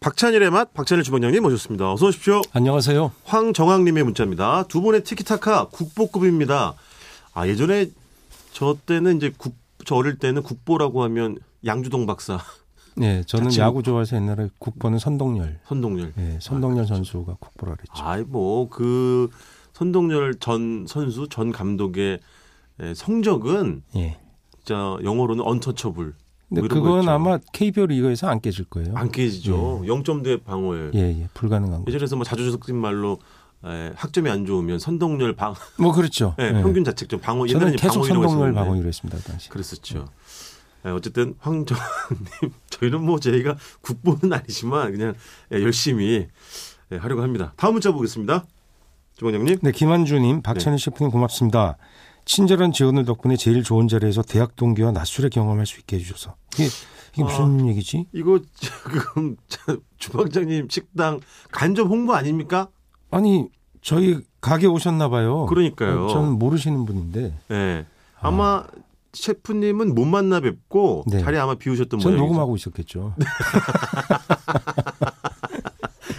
박찬일의 맛, 박찬일 주방장님 모셨습니다. 어서 오십시오. 안녕하세요. 황정학님의 문자입니다. 두 분의 티키타카 국보급입니다. 아 예전에 저 때는 이제 국, 저 어릴 때는 국보라고 하면 양주동 박사, 네, 저는 자칭- 야구 좋아해서 옛날에 국보는 선동열. 선동열. 예, 선동열 선수가 국보라 그랬죠. 아, 아이 뭐 그 선동열 전 선수 전 감독의 예, 성적은 예. 진짜 영어로는 언터처블. 근데 뭐 이런 그건 거였죠. 아마 KBO 리그에서 안 깨질 거예요. 안 깨지죠. 0점대 방어에. 네. 예, 예, 불가능한 거. 예전에서 뭐 자주 섞인 말로 에, 학점이 안 좋으면 선동열 방 뭐 그렇죠. 예, 예. 평균 자책점 방어 저는 옛날에는 계속 방어이라고 선동열 했었는데. 방어이로 했습니다 그 당시. 그랬었죠. 예, 어쨌든 황정님 저희는 뭐 저희가 국보는 아니지만 그냥 예, 열심히 예, 하려고 합니다. 다음 문자 보겠습니다. 주방장님. 네, 김한주님, 박찬희 셰프님 고맙습니다. 친절한 지원을 덕분에 제일 좋은 자리에서 대학 동기와 낮술의 경험할 수 있게 해주셔서 이게, 아. 이게 무슨 얘기지? 이거 지금 저 주방장님 식당 간접 홍보 아닙니까? 아니 저희 가게 오셨나 봐요. 어, 그러니까요. 저는 모르시는 분인데 예. 아마 셰프님은 못 만나 뵙고 네. 자리 아마 비우셨던 저는 모양이죠. 녹음하고 있었겠죠. 네.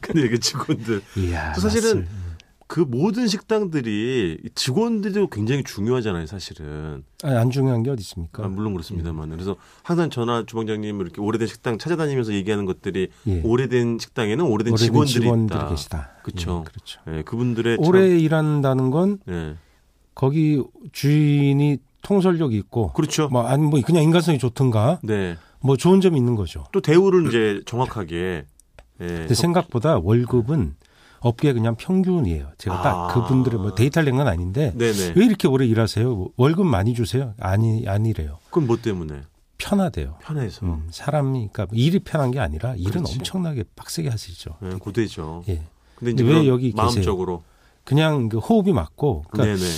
근데 이게 직원들 이야, 또 사실은 낯설. 그 모든 식당들이 이 직원들도 굉장히 중요하잖아요, 사실은. 아니, 안 중요한 게 어디 있습니까? 예. 아, 물론 그렇습니다만 그래서 항상 전화 주방장님 이렇게 오래된 식당 찾아다니면서 얘기하는 것들이 예. 오래된 식당에는 오래된, 오래된 직원들이, 직원들이 있다. 계시다. 그쵸. 예, 그렇죠. 예, 그분들의 참- 오래 일한다는 건 예. 거기 주인이 통솔력이 있고 그렇죠. 뭐 아니 뭐 그냥 인간성이 좋든가 네. 뭐 좋은 점이 있는 거죠. 또 대우를 이제 정확하게 예. 근데 생각보다 월급은 업계 그냥 평균이에요. 제가 아. 딱 그분들의 뭐 데이터를 낸건 아닌데 네네. 왜 이렇게 오래 일하세요? 월급 많이 주세요? 아니 아니래요. 그건 뭐 때문에 편하대요. 편해서 음, 사람이 그러니까 일이 편한 게 아니라 일은 그렇지. 엄청나게 빡세게 하시죠. 예, 고되죠. 예. 근데 이제 왜 그런 여기 계세요? 마음적으로 그냥 그 호흡이 맞고 그러니까 네네.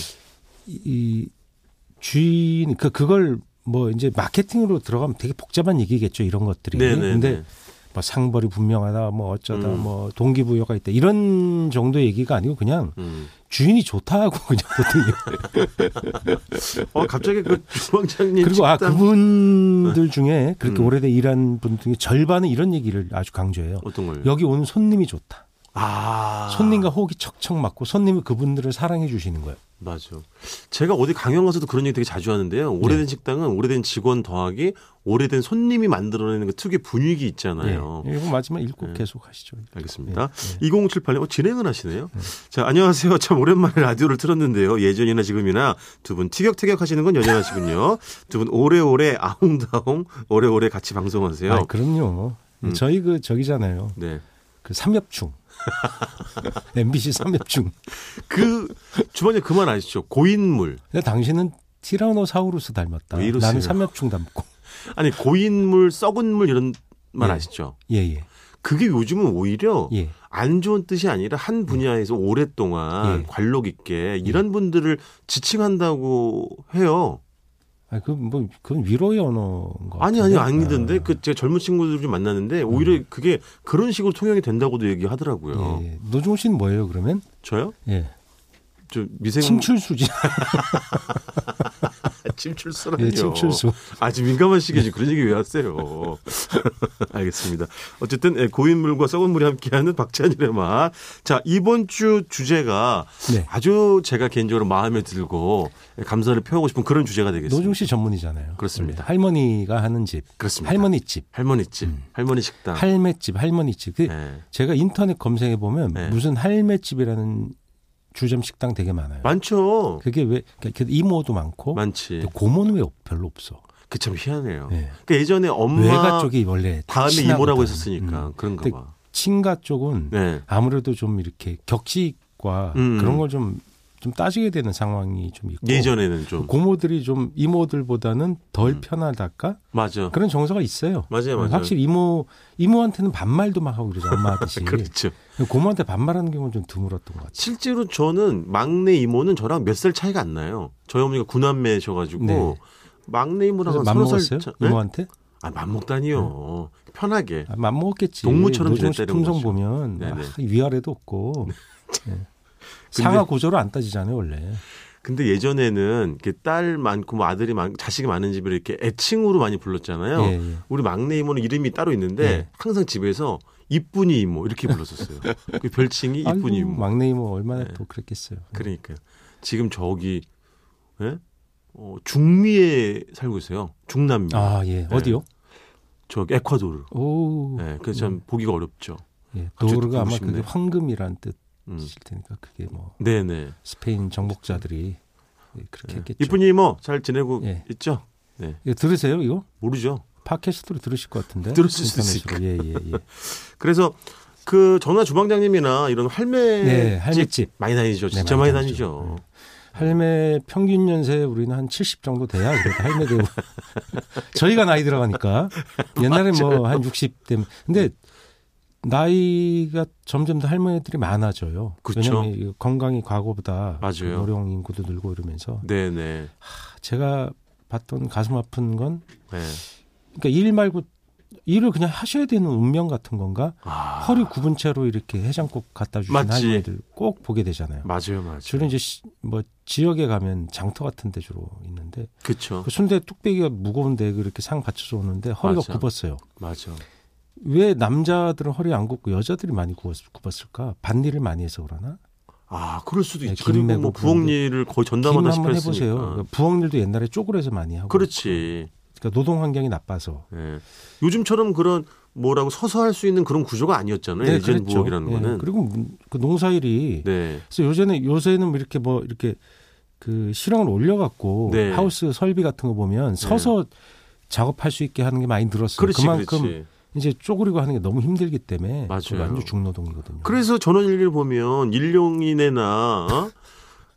이 주인 그 그걸 뭐 이제 마케팅으로 들어가면 되게 복잡한 얘기겠죠 이런 것들이 네네. 근데 뭐 상벌이 분명하다 뭐 어쩌다 음. 뭐 동기부여가 있다 이런 정도의 얘기가 아니고 그냥 음. 주인이 좋다고 그냥 보통 어 갑자기 그 주방장님 그리고 식당 아 그분들 중에 그렇게 음. 오래된 일한 분 중에 절반은 이런 얘기를 아주 강조해요 어떤 걸? 여기 오는 손님이 좋다 아 손님과 호흡이 척척 맞고 손님이 그분들을 사랑해 주시는 거예요 맞아. 제가 어디 강연 가서도 그런 얘기 되게 자주 하는데요. 오래된 식당은 오래된 직원 더하기 오래된 손님이 만들어내는 그 특유의 분위기 있잖아요. 예. 이거 마지막 읽고 네. 계속 하시죠 알겠습니다. 2078님, 어, 진행을 하시네요. 자, 안녕하세요. 참 오랜만에 라디오를 틀었는데요. 예전이나 지금이나 두 분 티격태격 하시는 건 여전하시군요. 두 분 오래오래 아웅다웅 오래오래 같이 방송하세요. 아, 그럼요. 음. 저희 그 저기잖아요. 네. 그 삼엽충. MBC 삼엽충. 그, 주방장님 그만 아시죠? 고인물. 근데 당신은 티라노사우루스 닮았다. 왜 이러세요? 나는 삼엽충 닮고. 아니, 고인물, 썩은 물 이런 말 예. 아시죠? 예, 예. 그게 요즘은 오히려 예. 안 좋은 뜻이 아니라 한 분야에서 오랫동안 네. 예. 관록 있게 이런 분들을 지칭한다고 해요. 아, 그 뭐 그건 위로의 언어인 거. 아니 아니 아니던데 네. 그 제 젊은 친구들 좀 만났는데 오히려 그게 그런 식으로 통용이 된다고도 얘기하더라고요. 음. 예, 예. 노종훈 씨는 뭐예요, 그러면? 저요? 예. 저 미생 침출수지. 침출수라뇨. 예, 침출수. 아 지금 민감한 시기에 지금 그런 얘기 왜 하세요? 알겠습니다. 어쨌든 예, 고인물과 썩은 물이 함께하는 박찬일의 맛. 자 이번 주 주제가 네. 아주 제가 개인적으로 마음에 들고 감사를 표하고 싶은 그런 주제가 되겠습니다. 노종 씨 전문이잖아요. 그렇습니다. 원래 할머니가 하는 집. 그렇습니다. 아. 할머니 집. 할머니 집, 할머니 식당. 음. 할매 집, 할머니 집. 그 예. 제가 인터넷 검색해 보면 네. 무슨 할매 집이라는 주점 식당 되게 많아요. 많죠. 그게 왜 그러니까 이모도 많고 많지. 근데 고모는 왜 없- 별로 없어? 그 참 희한해요. 네. 그러니까 예전에 엄마 외가 쪽이 원래 다 다음에 친하거든. 이모라고 했었으니까 음. 그런가 근데 봐. 친가 쪽은 네. 아무래도 좀 이렇게 격식과 음. 그런 걸 좀 좀 따지게 되는 상황이 좀 있고 예전에는 좀 고모들이 좀 이모들보다는 덜 편하다까 맞아. 그런 정서가 있어요. 음, 맞아요, 맞아요. 확실히 이모 이모한테는 반말도 막 하고 그러죠 엄마 하듯이. 그렇죠. 고모한테 반말하는 경우는 좀 드물었던 것 같아요. 실제로 저는 막내 이모는 저랑 몇 살 차이가 안 나요. 저희 어머니가 구남매셔가지고 네. 막내 이모랑 그래서 한 맘 서너 먹었어요? 살 차. 네? 이모한테? 아, 맘먹다니요. 편하게. 아, 맘 먹었겠지. 동무처럼 노종 씨 지냈다 이런 품성 거죠. 보면 네네. 아, 위아래도 없고 예. 상하 구조로 안 따지잖아요 원래. 근데 예전에는 이렇게 딸 많고 뭐 아들이 많, 자식이 많은 집을 이렇게 애칭으로 많이 불렀잖아요. 예, 예. 우리 막내 이모는 이름이 따로 있는데 예. 항상 집에서 이쁜이 이모 이렇게 불렀었어요. 그 별칭이 이쁜이 아이고, 이모. 막내 이모 얼마나 네. 또 그랬겠어요. 그러니까요. 지금 저기 예? 어, 중미에 살고 있어요. 중남미. 아, 예. 네. 어디요? 저 에콰도르. 오. 예, 그래서 음. 참 보기가 어렵죠. 예. 갑자기 또 도르가 보고 아마 싶네. 그게 황금이란 뜻일 음. 테니까 그게 뭐 네네. 스페인 정복자들이 예, 그렇게 예. 했겠죠. 이쁜이 이모 잘 지내고 예. 있죠? 네. 예, 들으세요, 이거? 모르죠. 팟캐스트로 들으실 것 같은데. 들으실 수 인터넷으로. 예, 예, 예. 그래서 그 전화 주방장님이나 이런 할매 네, 할매집. 많이 다니죠. 네, 진짜 많이, 많이 다니죠. 할매 평균 연세 우리는 한 70 정도 돼야 그래도 할매 되고 저희가 나이 들어가니까 옛날에 뭐 한 60대 근데 나이가 점점 더 할머니들이 많아져요. 그쵸. 왜냐면 이 건강이 과거보다 맞아요. 그 노령 인구도 늘고 이러면서 네네. 제가 봤던 가슴 아픈 건 네. 그러니까 일 말고 일을 그냥 하셔야 되는 운명 같은 건가? 아, 허리 굽은 채로 이렇게 해장국 갖다 주신 맞지. 할머니들 꼭 보게 되잖아요. 맞아요, 맞아요. 주로 이제 시- 뭐 지역에 가면 장터 같은 데 주로 있는데 그쵸. 그 순대 뚝배기가 무거운데 그렇게 상 받쳐서 오는데 허리가 맞아. 굽었어요. 맞아. 왜 남자들은 허리 안 굽고 여자들이 많이 굽었, 굽었을까? 밭일을 많이 해서 그러나? 아, 그럴 수도 네, 있죠. 김 그리고 뭐 메고 부엌 일을 거의 김 전담하다시피 한번 했으니까. 해보세요. 그러니까 부엌일도 옛날에 쪼그려서 많이 하고. 그렇지. 그러니까 노동 환경이 나빠서. 예. 요즘처럼 그런 뭐라고 서서 할 수 있는 그런 구조가 아니었잖아요. 네, 예전 그랬죠. 부엌이라는 예, 거는. 그리고 문- 그 농사일이 네. 그래서 요새는 요새는 이렇게 뭐 이렇게 그 실형을 올려갖고 네. 하우스 설비 같은 거 보면 서서 작업할 수 있게 하는 게 많이 늘었어요. 그렇지, 만큼 그렇지. 이제 쪼그리고 하는 게 너무 힘들기 때문에 맞아요. 그거 완전 중노동이거든요. 그래서 전원일기를 보면 일용이네나 어?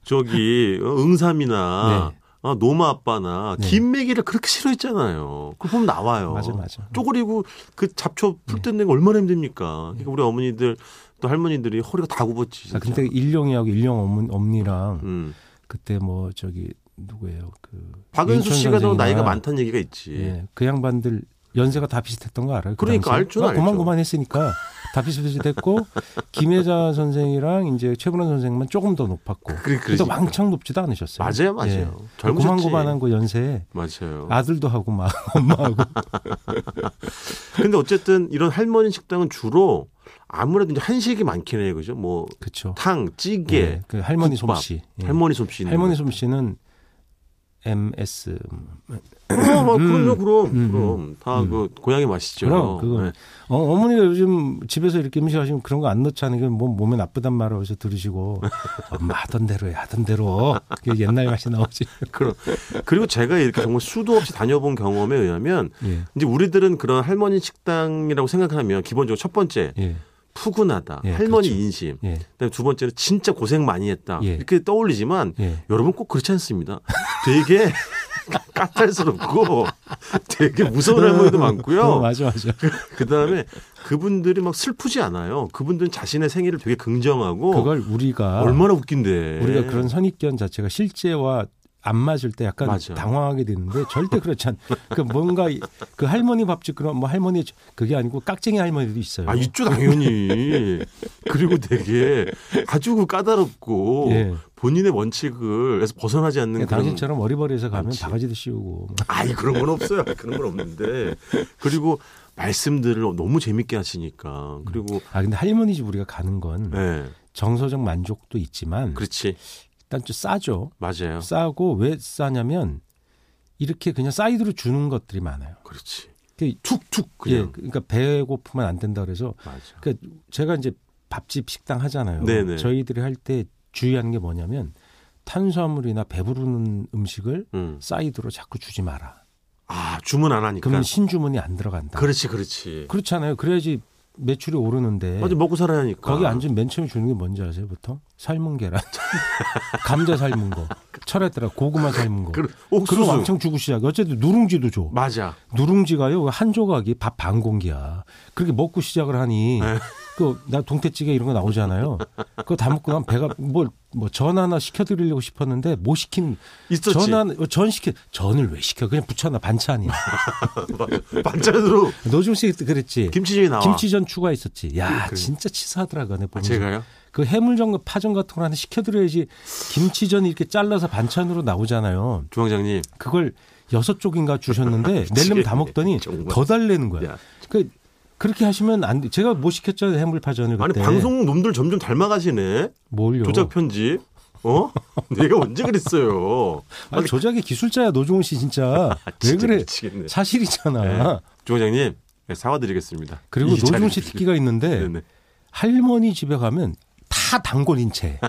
저기 어, 응삼이나 네. 어, 노마 아빠나 네. 김매기를 그렇게 싫어했잖아요. 그거 보면 나와요. 맞아 맞아. 쪼그리고 그 잡초 풀 뜯는 거 얼마나 힘듭니까? 그러니까 우리 어머니들 또 할머니들이 허리가 다 굽었지. 진짜. 아, 근데 일용이하고 일용 어머- 어머니랑 음. 그때 뭐 저기 누구예요? 그 박은수 윤천 씨가 더 선생이나, 나이가 많다는 얘기가 있지. 예, 그 양반들 연세가 다 비슷했던 거 알아요? 그 그러니까 당시에? 알죠, 아, 알죠. 고만고만했으니까 다 비슷비슷했고 김혜자 선생이랑 이제 최불원 선생만 조금 더 높았고 그- 그러니까. 그래서 왕창 높지도 않으셨어요. 맞아요, 맞아요. 예. 젊으셨지. 어. 고만고만한 그 연세에 맞아요. 아들도 하고 막 엄마하고 근데 어쨌든 이런 할머니 식당은 주로 아무래도 이제 한식이 많긴 해요, 그죠? 뭐 그쵸. 탕, 찌개, 예, 그 할머니 국밥, 솜씨. 예. 할머니 솜씨. 있는 할머니 거. 솜씨는 MS 음, 어, 어, 그럼요, 그럼, 음, 그럼 다 그 고향의 맛이죠. 그럼, 그거. 네. 어, 어머니가 요즘 집에서 이렇게 음식하시면 그런 거 안 넣지 않은 게뭐 몸에 나쁘단 말을 어디서 들으시고 엄마 하던 대로 해 하던 대로 그게 옛날 맛이 나오지. 그럼 그리고 제가 이렇게 정말 수도 없이 다녀본 경험에 의하면 예, 이제 우리들은 그런 할머니 식당이라고 생각하면 기본적으로 첫 번째 예, 푸근하다, 예, 할머니 그렇죠. 인심. 예, 그다음에 두 번째는 진짜 고생 많이 했다 예. 이렇게 떠올리지만 예. 여러분 꼭 그렇지 않습니다. 되게 까탈스럽고 되게 무서운 할머니도 어, 많고요. 맞아, 맞아. 그 다음에 그분들이 막 슬프지 않아요. 그분들은 자신의 생일을 되게 긍정하고 그걸 우리가 얼마나 네. 웃긴데. 아. 우리가 그런 선입견 자체가 실제와 안 맞을 때 약간 맞아. 당황하게 되는데 절대 그렇지 않. 그 뭔가 이- 그 할머니 밥집 그런 뭐 할머니 저- 그게 아니고 깍쟁이 할머니도 있어요. 아 있죠 당연히 그리고 되게 아주 그 까다롭고 예. 그러니까 본인의 원칙을 해서 벗어나지 않는 그러니까 그런 당신처럼 어리버리해서 가면 많지. 바가지도 씌우고 뭐. 막 아이 그런 건 없어요 그런 건 없는데 그리고 말씀들을 너무 재밌게 하시니까 그리고 아 근데 할머니 집 우리가 가는 건 예 정서적 만족도 있지만 그렇지 어. 일단 좀 싸죠. 맞아요 싸고 왜 싸냐면 이렇게 그냥 사이드로 주는 것들이 많아요. 그렇지 그- 툭툭 예, 그냥 그러니까 배고프면 안 된다 그래서 맞아 그 제가 이제 밥집 식당 하잖아요. 네네. 저희들이 할 때 주의하는 게 뭐냐면 탄수화물이나 배부르는 음식을 음아 사이드로 자꾸 주지 마라. 아, 주문 안 그러면 하니까 신주문이 안 들어간다. 그렇지 그렇지 그렇잖아요. 그래야지 매출이 오르는데 맞아 먹고 살아야 하니까 예. 거기 앉으면 맨 처음에 주는 게 뭔지 아세요? 보통 삶은 계란, 감자 삶은 거, 철에 따라 고구마 삶은 거. 그 그럼 옥수수 왕창 주고 시작해. 어쨌든 누룽지도 줘. 맞아 누룽지가요 한 조각이 밥 반 공기야. 그렇게 먹고 시작을 하니 네. 그 나 동태찌개 이런 거 나오잖아요. 그거 다 먹고 난 배가 뭘 뭐 전 하나 시켜드리려고 싶었는데 못 시킨 있었지 전 하나 어, 전 시켜 전을 왜 시켜 그냥 부쳐놔 반찬이야. 맞아. 반찬으로 노중 씨 그때 그랬지. 김치전이 나와 그, 김치전 추가했었지. 야 진짜 치사하더라 그네 아, 보면. 제가요 그 해물전 파전 같은 걸 하나 시켜드려야지 김치전 이렇게 잘라서 반찬으로 나오잖아요. 주방장님 그걸 여섯 쪽인가 주셨는데 낼름 다 먹더니 예, 정말. 더 달래는 거야. 야 그 그렇게 하시면 안 돼. 제가 못 시켰죠 해물파전을 아니 그때. 방송 놈들 점점 닮아가시네. 뭘요? 조작 편집. 어? 내가 언제 그랬어요? 아니, 조작의 기술자야 노종훈 씨 진짜. 아, 왜 진짜 그래? 미치겠네. 사실이잖아. 조원장님 네, 사과드리겠습니다. 그리고 이 자리를 노종 씨 빌리- 특기가 있는데 네네. 할머니 집에 가면 다 단골인 채.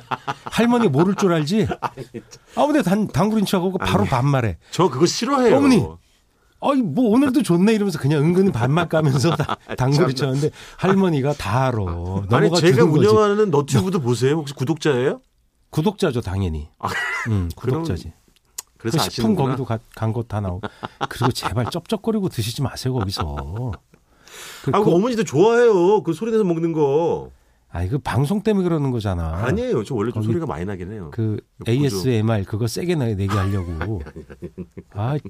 할머니 모를 줄 알지? 아무데 단 단골인 채하고 바로 반말해. 저 그거 싫어해요. 어머니! 아이 뭐 오늘도 좋네 이러면서 그냥 은근히 반말 까면서 다- 단골이 쳤는데 할머니가 다 알아. 아, 아니 넘어가 제가 주는 거지. 운영하는 너튜브도 보세요. 혹시 구독자예요? 구독자죠 당연히. 음, 구독자지. 그 아, 그래서 식품 아시는구나. 거기도 간것 다 나오고. 그리고 제발 쩝쩝거리고 드시지 마세요 거기서. 그, 아, 그 그, 어머니도 좋아해요. 그 소리 내서 먹는 거. 아이 그 방송 때문에 그러는 거잖아. 아. 니에요저 원래 좀 거기- 소리가 많이 나긴 해요. 그 그죠. ASMR 그거 세게 나- 내게 하려고. 아, 이게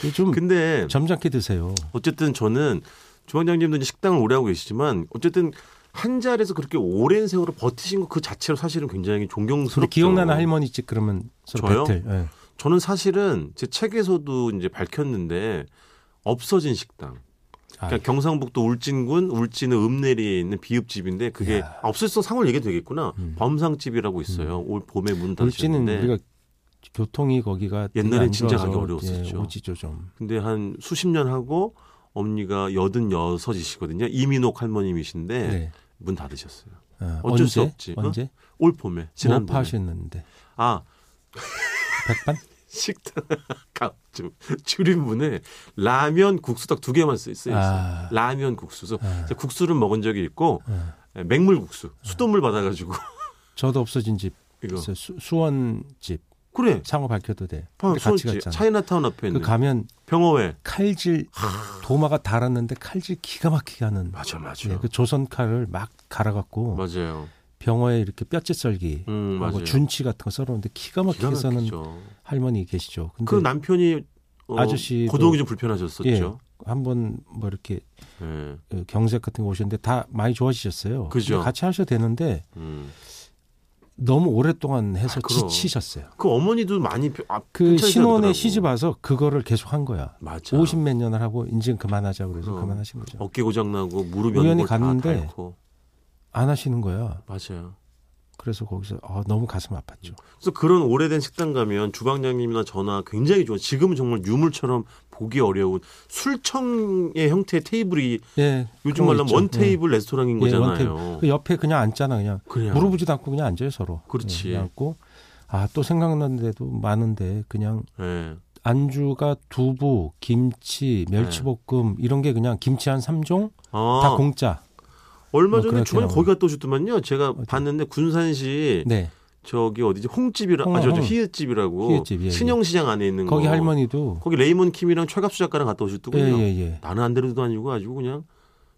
그 좀 근데 점잖게 드세요. 어쨌든 저는 주방장님도 이제 식당을 오래 하고 계시지만 어쨌든 한 자리에서 그렇게 오랜 세월을 버티신 것 그 자체로 사실은 굉장히 근데 존경스럽죠. 기억나는 할머니 집 그러면 서로 저요? 배틀. 예. 저는 사실은 제 책에서도 이제 밝혔는데 없어진 식당. 아, 그러니까 경상북도 울진군 울진의 읍내리에 있는 비읍집인데 그게 야. 아, 없을 수 상을 얘기해도 되겠구나. 음. 범상집이라고 있어요. 올 봄에 문 울진은 닫으셨는데 우리가 교통이 거기가 되게 그 옛날에 안 진짜 가기 좋아서, 어려웠었죠. 예, 오지죠 좀. 근데 한 수십 년 하고 엄니가 여든 여섯이시거든요. 이민옥 할머님이신데 네. 문 닫으셨어요. 어, 예. 어쩔 언제? 수 없지. 어? 언제? 올 봄에 지난 뭐 봄에. 파셨는데 아 백반? 식당 가- 좀 줄임문에 라면 국수딱 두 개만 쓰 쓰여 있어요. 아. 라면 국수. 그래서 아. 제가 국수를 먹은 적이 있고 예, 어. 맹물 국수 수돗물 받아가지고 저도 없어진 집 이거 있어요. 수, 수원 집 그래. 상호 밝혀도 돼. 방- 그때 같이 수원지, 갔잖아. 차이나타운 앞에 그 있는 가면 병어회. 칼질 도마가 달았는데 칼질 기가 막히게 하는 맞아 맞아. 예, 그 조선 칼을 막 갈아갖고 네, 맞아요. 병어에 이렇게 뼈째 썰기 음 하고 맞아요. 뭐 준치 같은 거 썰었는데 기가 막히게 기가 써는 막히죠. 할머니 계시죠. 근데 그 남편이 어, 아저씨도- 고동이 좀 불편하셨었죠. 예. 한번 뭐 이렇게 예. 어, 경색 같은 거 오셨는데 다 많이 좋아지셨어요. 그죠. 근데 같이 하셔도 되는데 음. 너무 오랫동안 해서 아, 그럼. 지치셨어요. 그 어머니도 많이 피- 아, 그 편찮으시더라고요. 신혼에 시집 와서 그거를 계속 한 거야. 맞아. 50 몇 년을 하고 인증 그만하자 그래서 그럼. 그만하신 거죠. 어깨 고장 나고 무릎 우연히 연골 다 갔는데 닳고 안 하시는 거야. 맞아요. 그래서 거기서 아, 너무 가슴 아팠죠. 그래서 그런 오래된 식당 가면 주방장님이나 저나 굉장히 좋은 지금은 정말 유물처럼 보기 어려운 술청의 형태의 테이블이 예. 요즘 말로 원 테이블 레스토랑인 예, 원 거잖아요. 그 옆에 그냥 앉잖아 그냥. 그냥 물어보지도 않고 그냥 앉아요 서로. 그렇지. 예, 그냥 앉고 아 또 생각났는데도 많은데 그냥 예. 안주가 두부, 김치, 멸치볶음 이런 게 그냥 김치 한 3종 다 아, 공짜. 얼마 뭐 전에 그렇게 주방에 나오네. 거기 갔다 오셨더만요. 제가 어디? 봤는데 군산시 네. 저기 어디지 홍집이라 홍, 아, 저저 홍. 희읒집이라고 희읒집, 예, 예. 신영시장 안에 있는 거기 거. 할머니도 거기 레이먼 킴이랑 최갑수 작가랑 갔다 예, 오셨더군요. 예, 예. 나는 안 데려도 다니고 아주 그냥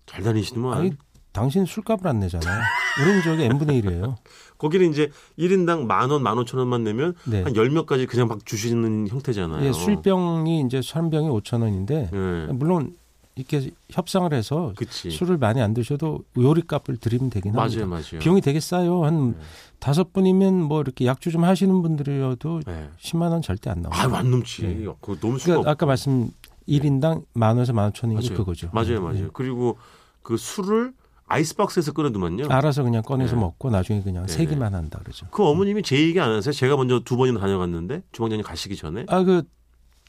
잘 다니시더만. 아니 당신 술값을 안 내잖아요. 우리는 저기 n분의 1이에요. 거기는 이제 1인당 만 원, 만 오천 원만 내면 네. 한 열몇 가지 그냥 막 주시는 형태잖아요. 예, 술병이 이제 한 병에 5천 원인데 예. 물론 이렇게 협상을 해서 그치. 술을 많이 안 드셔도 요리값을 드리면 되긴 합니다. 맞아요, 맞아요. 비용이 되게 싸요. 한 네. 다섯 분이면 뭐 이렇게 약주 좀 하시는 분들이어도 예. 10만 원 절대 안 나와요. 아, 완 넘지. 네. 그거 너무 수가 그러니까 없 아까 말씀 일인당만 원에서 만 오천 원이 맞아요. 그거죠. 맞아요, 맞아요. 예. 그리고 그 술을 아이스박스에서 끓여두면요. 알아서 그냥 꺼내서 네. 먹고 나중에 그냥 네, 세 개만 한다 그러죠. 그 어머님이 제 얘기 안 하세요? 제가 먼저 두 번이나 다녀갔는데 주방장님 가시기 전에 아 그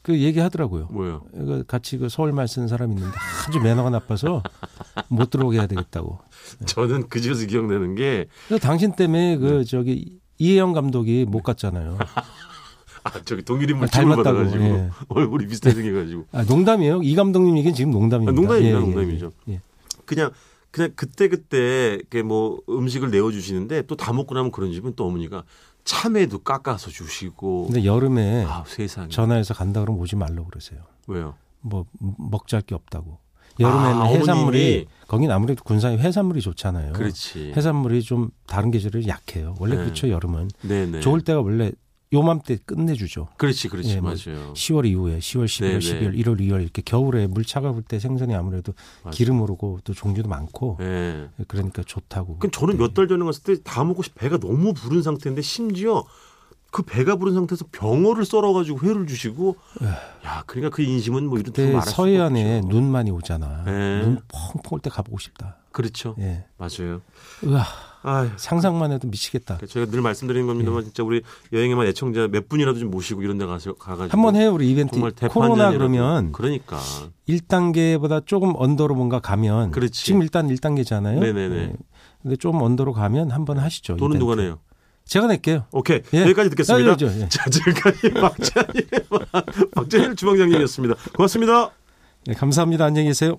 그 얘기하더라고요. 뭐예요? 그 같이 그 서울말 쓰는 사람 있는데 아주 매너가 나빠서 못 들어오게 해야 되겠다고. 저는 그 집에서 기억나는 게 그래서 당신 네. 때문에 그 저기 이혜영 감독이 못 갔잖아요. 아, 저기 동일인물 아, 닮을 닮았다고, 받아가지고 예. 얼굴이 비슷하게 생겨가지고 아, 농담이에요. 이 감독님 얘기는 지금 농담입니다. 아, 농담입니다, 예, 예, 농담이죠. 예, 예. 그냥 그냥 그때 그때 이렇게 뭐 음식을 내어 주시는데 또 다 먹고 나면 그런 집은 또 어머니가 참외도 깎아서 주시고 근데 여름에 아 세상에 전화해서 간다 그러면 오지 말라고 그러세요. 왜요? 뭐 먹잘 게 없다고. 여름에는 아, 해산물이 어머님이. 거긴 아무래도 군산이 해산물이 좋잖아요. 그렇지. 해산물이 좀 다른 계절이 약해요. 원래 네. 그렇죠. 여름은 네네. 좋을 때가 원래 요맘때 끝내주죠. 그렇지 그렇지 예, 뭐 맞아요. 10월 이후에 10월, 11월, 네네. 12월, 1월, 2월 이렇게 겨울에 물 차가울 때 생선이 아무래도 맞아요. 기름 오르고 또 종류도 많고 예. 네. 그러니까 좋다고. 그 저는 몇 달 전에 갔을 때 다 먹고 배가 너무 부른 상태인데 심지어 그 배가 부른 상태에서 병어를 썰어가지고 회를 주시고 야 그러니까 그 인심은 뭐 이런 뜻 네. 그때 말할 수가 없죠. 서해안에 눈 많이 오잖아. 네. 눈 펑펑 올 때 가보고 싶다. 그렇죠 예. 맞아요 으아, 아휴 상상만 해도 미치겠다. 그러니까 제가 늘 말씀드리는 예. 겁니다만 진짜 우리 여행에만 애청자 몇 분이라도 좀 모시고 이런 데 가서 가가지고 한번 해요 우리 이벤트. 정말 대판전이라고. 코로나 그러면 뭐 그러니까 1단계보다 조금 언더로 뭔가 가면 그렇지. 지금 일단 1단계잖아요. 예. 네네네. 근데 좀 언더로 가면 한번 하시죠. 돈은 이벤트. 누가 내요? 제가 낼게요. 오케이 예. 여기까지 듣겠습니다. 아, 그렇죠. 예. 자 지금까지 박찬일 박찬일 주방장님이었습니다. 고맙습니다. 네, 감사합니다. 안녕히 계세요.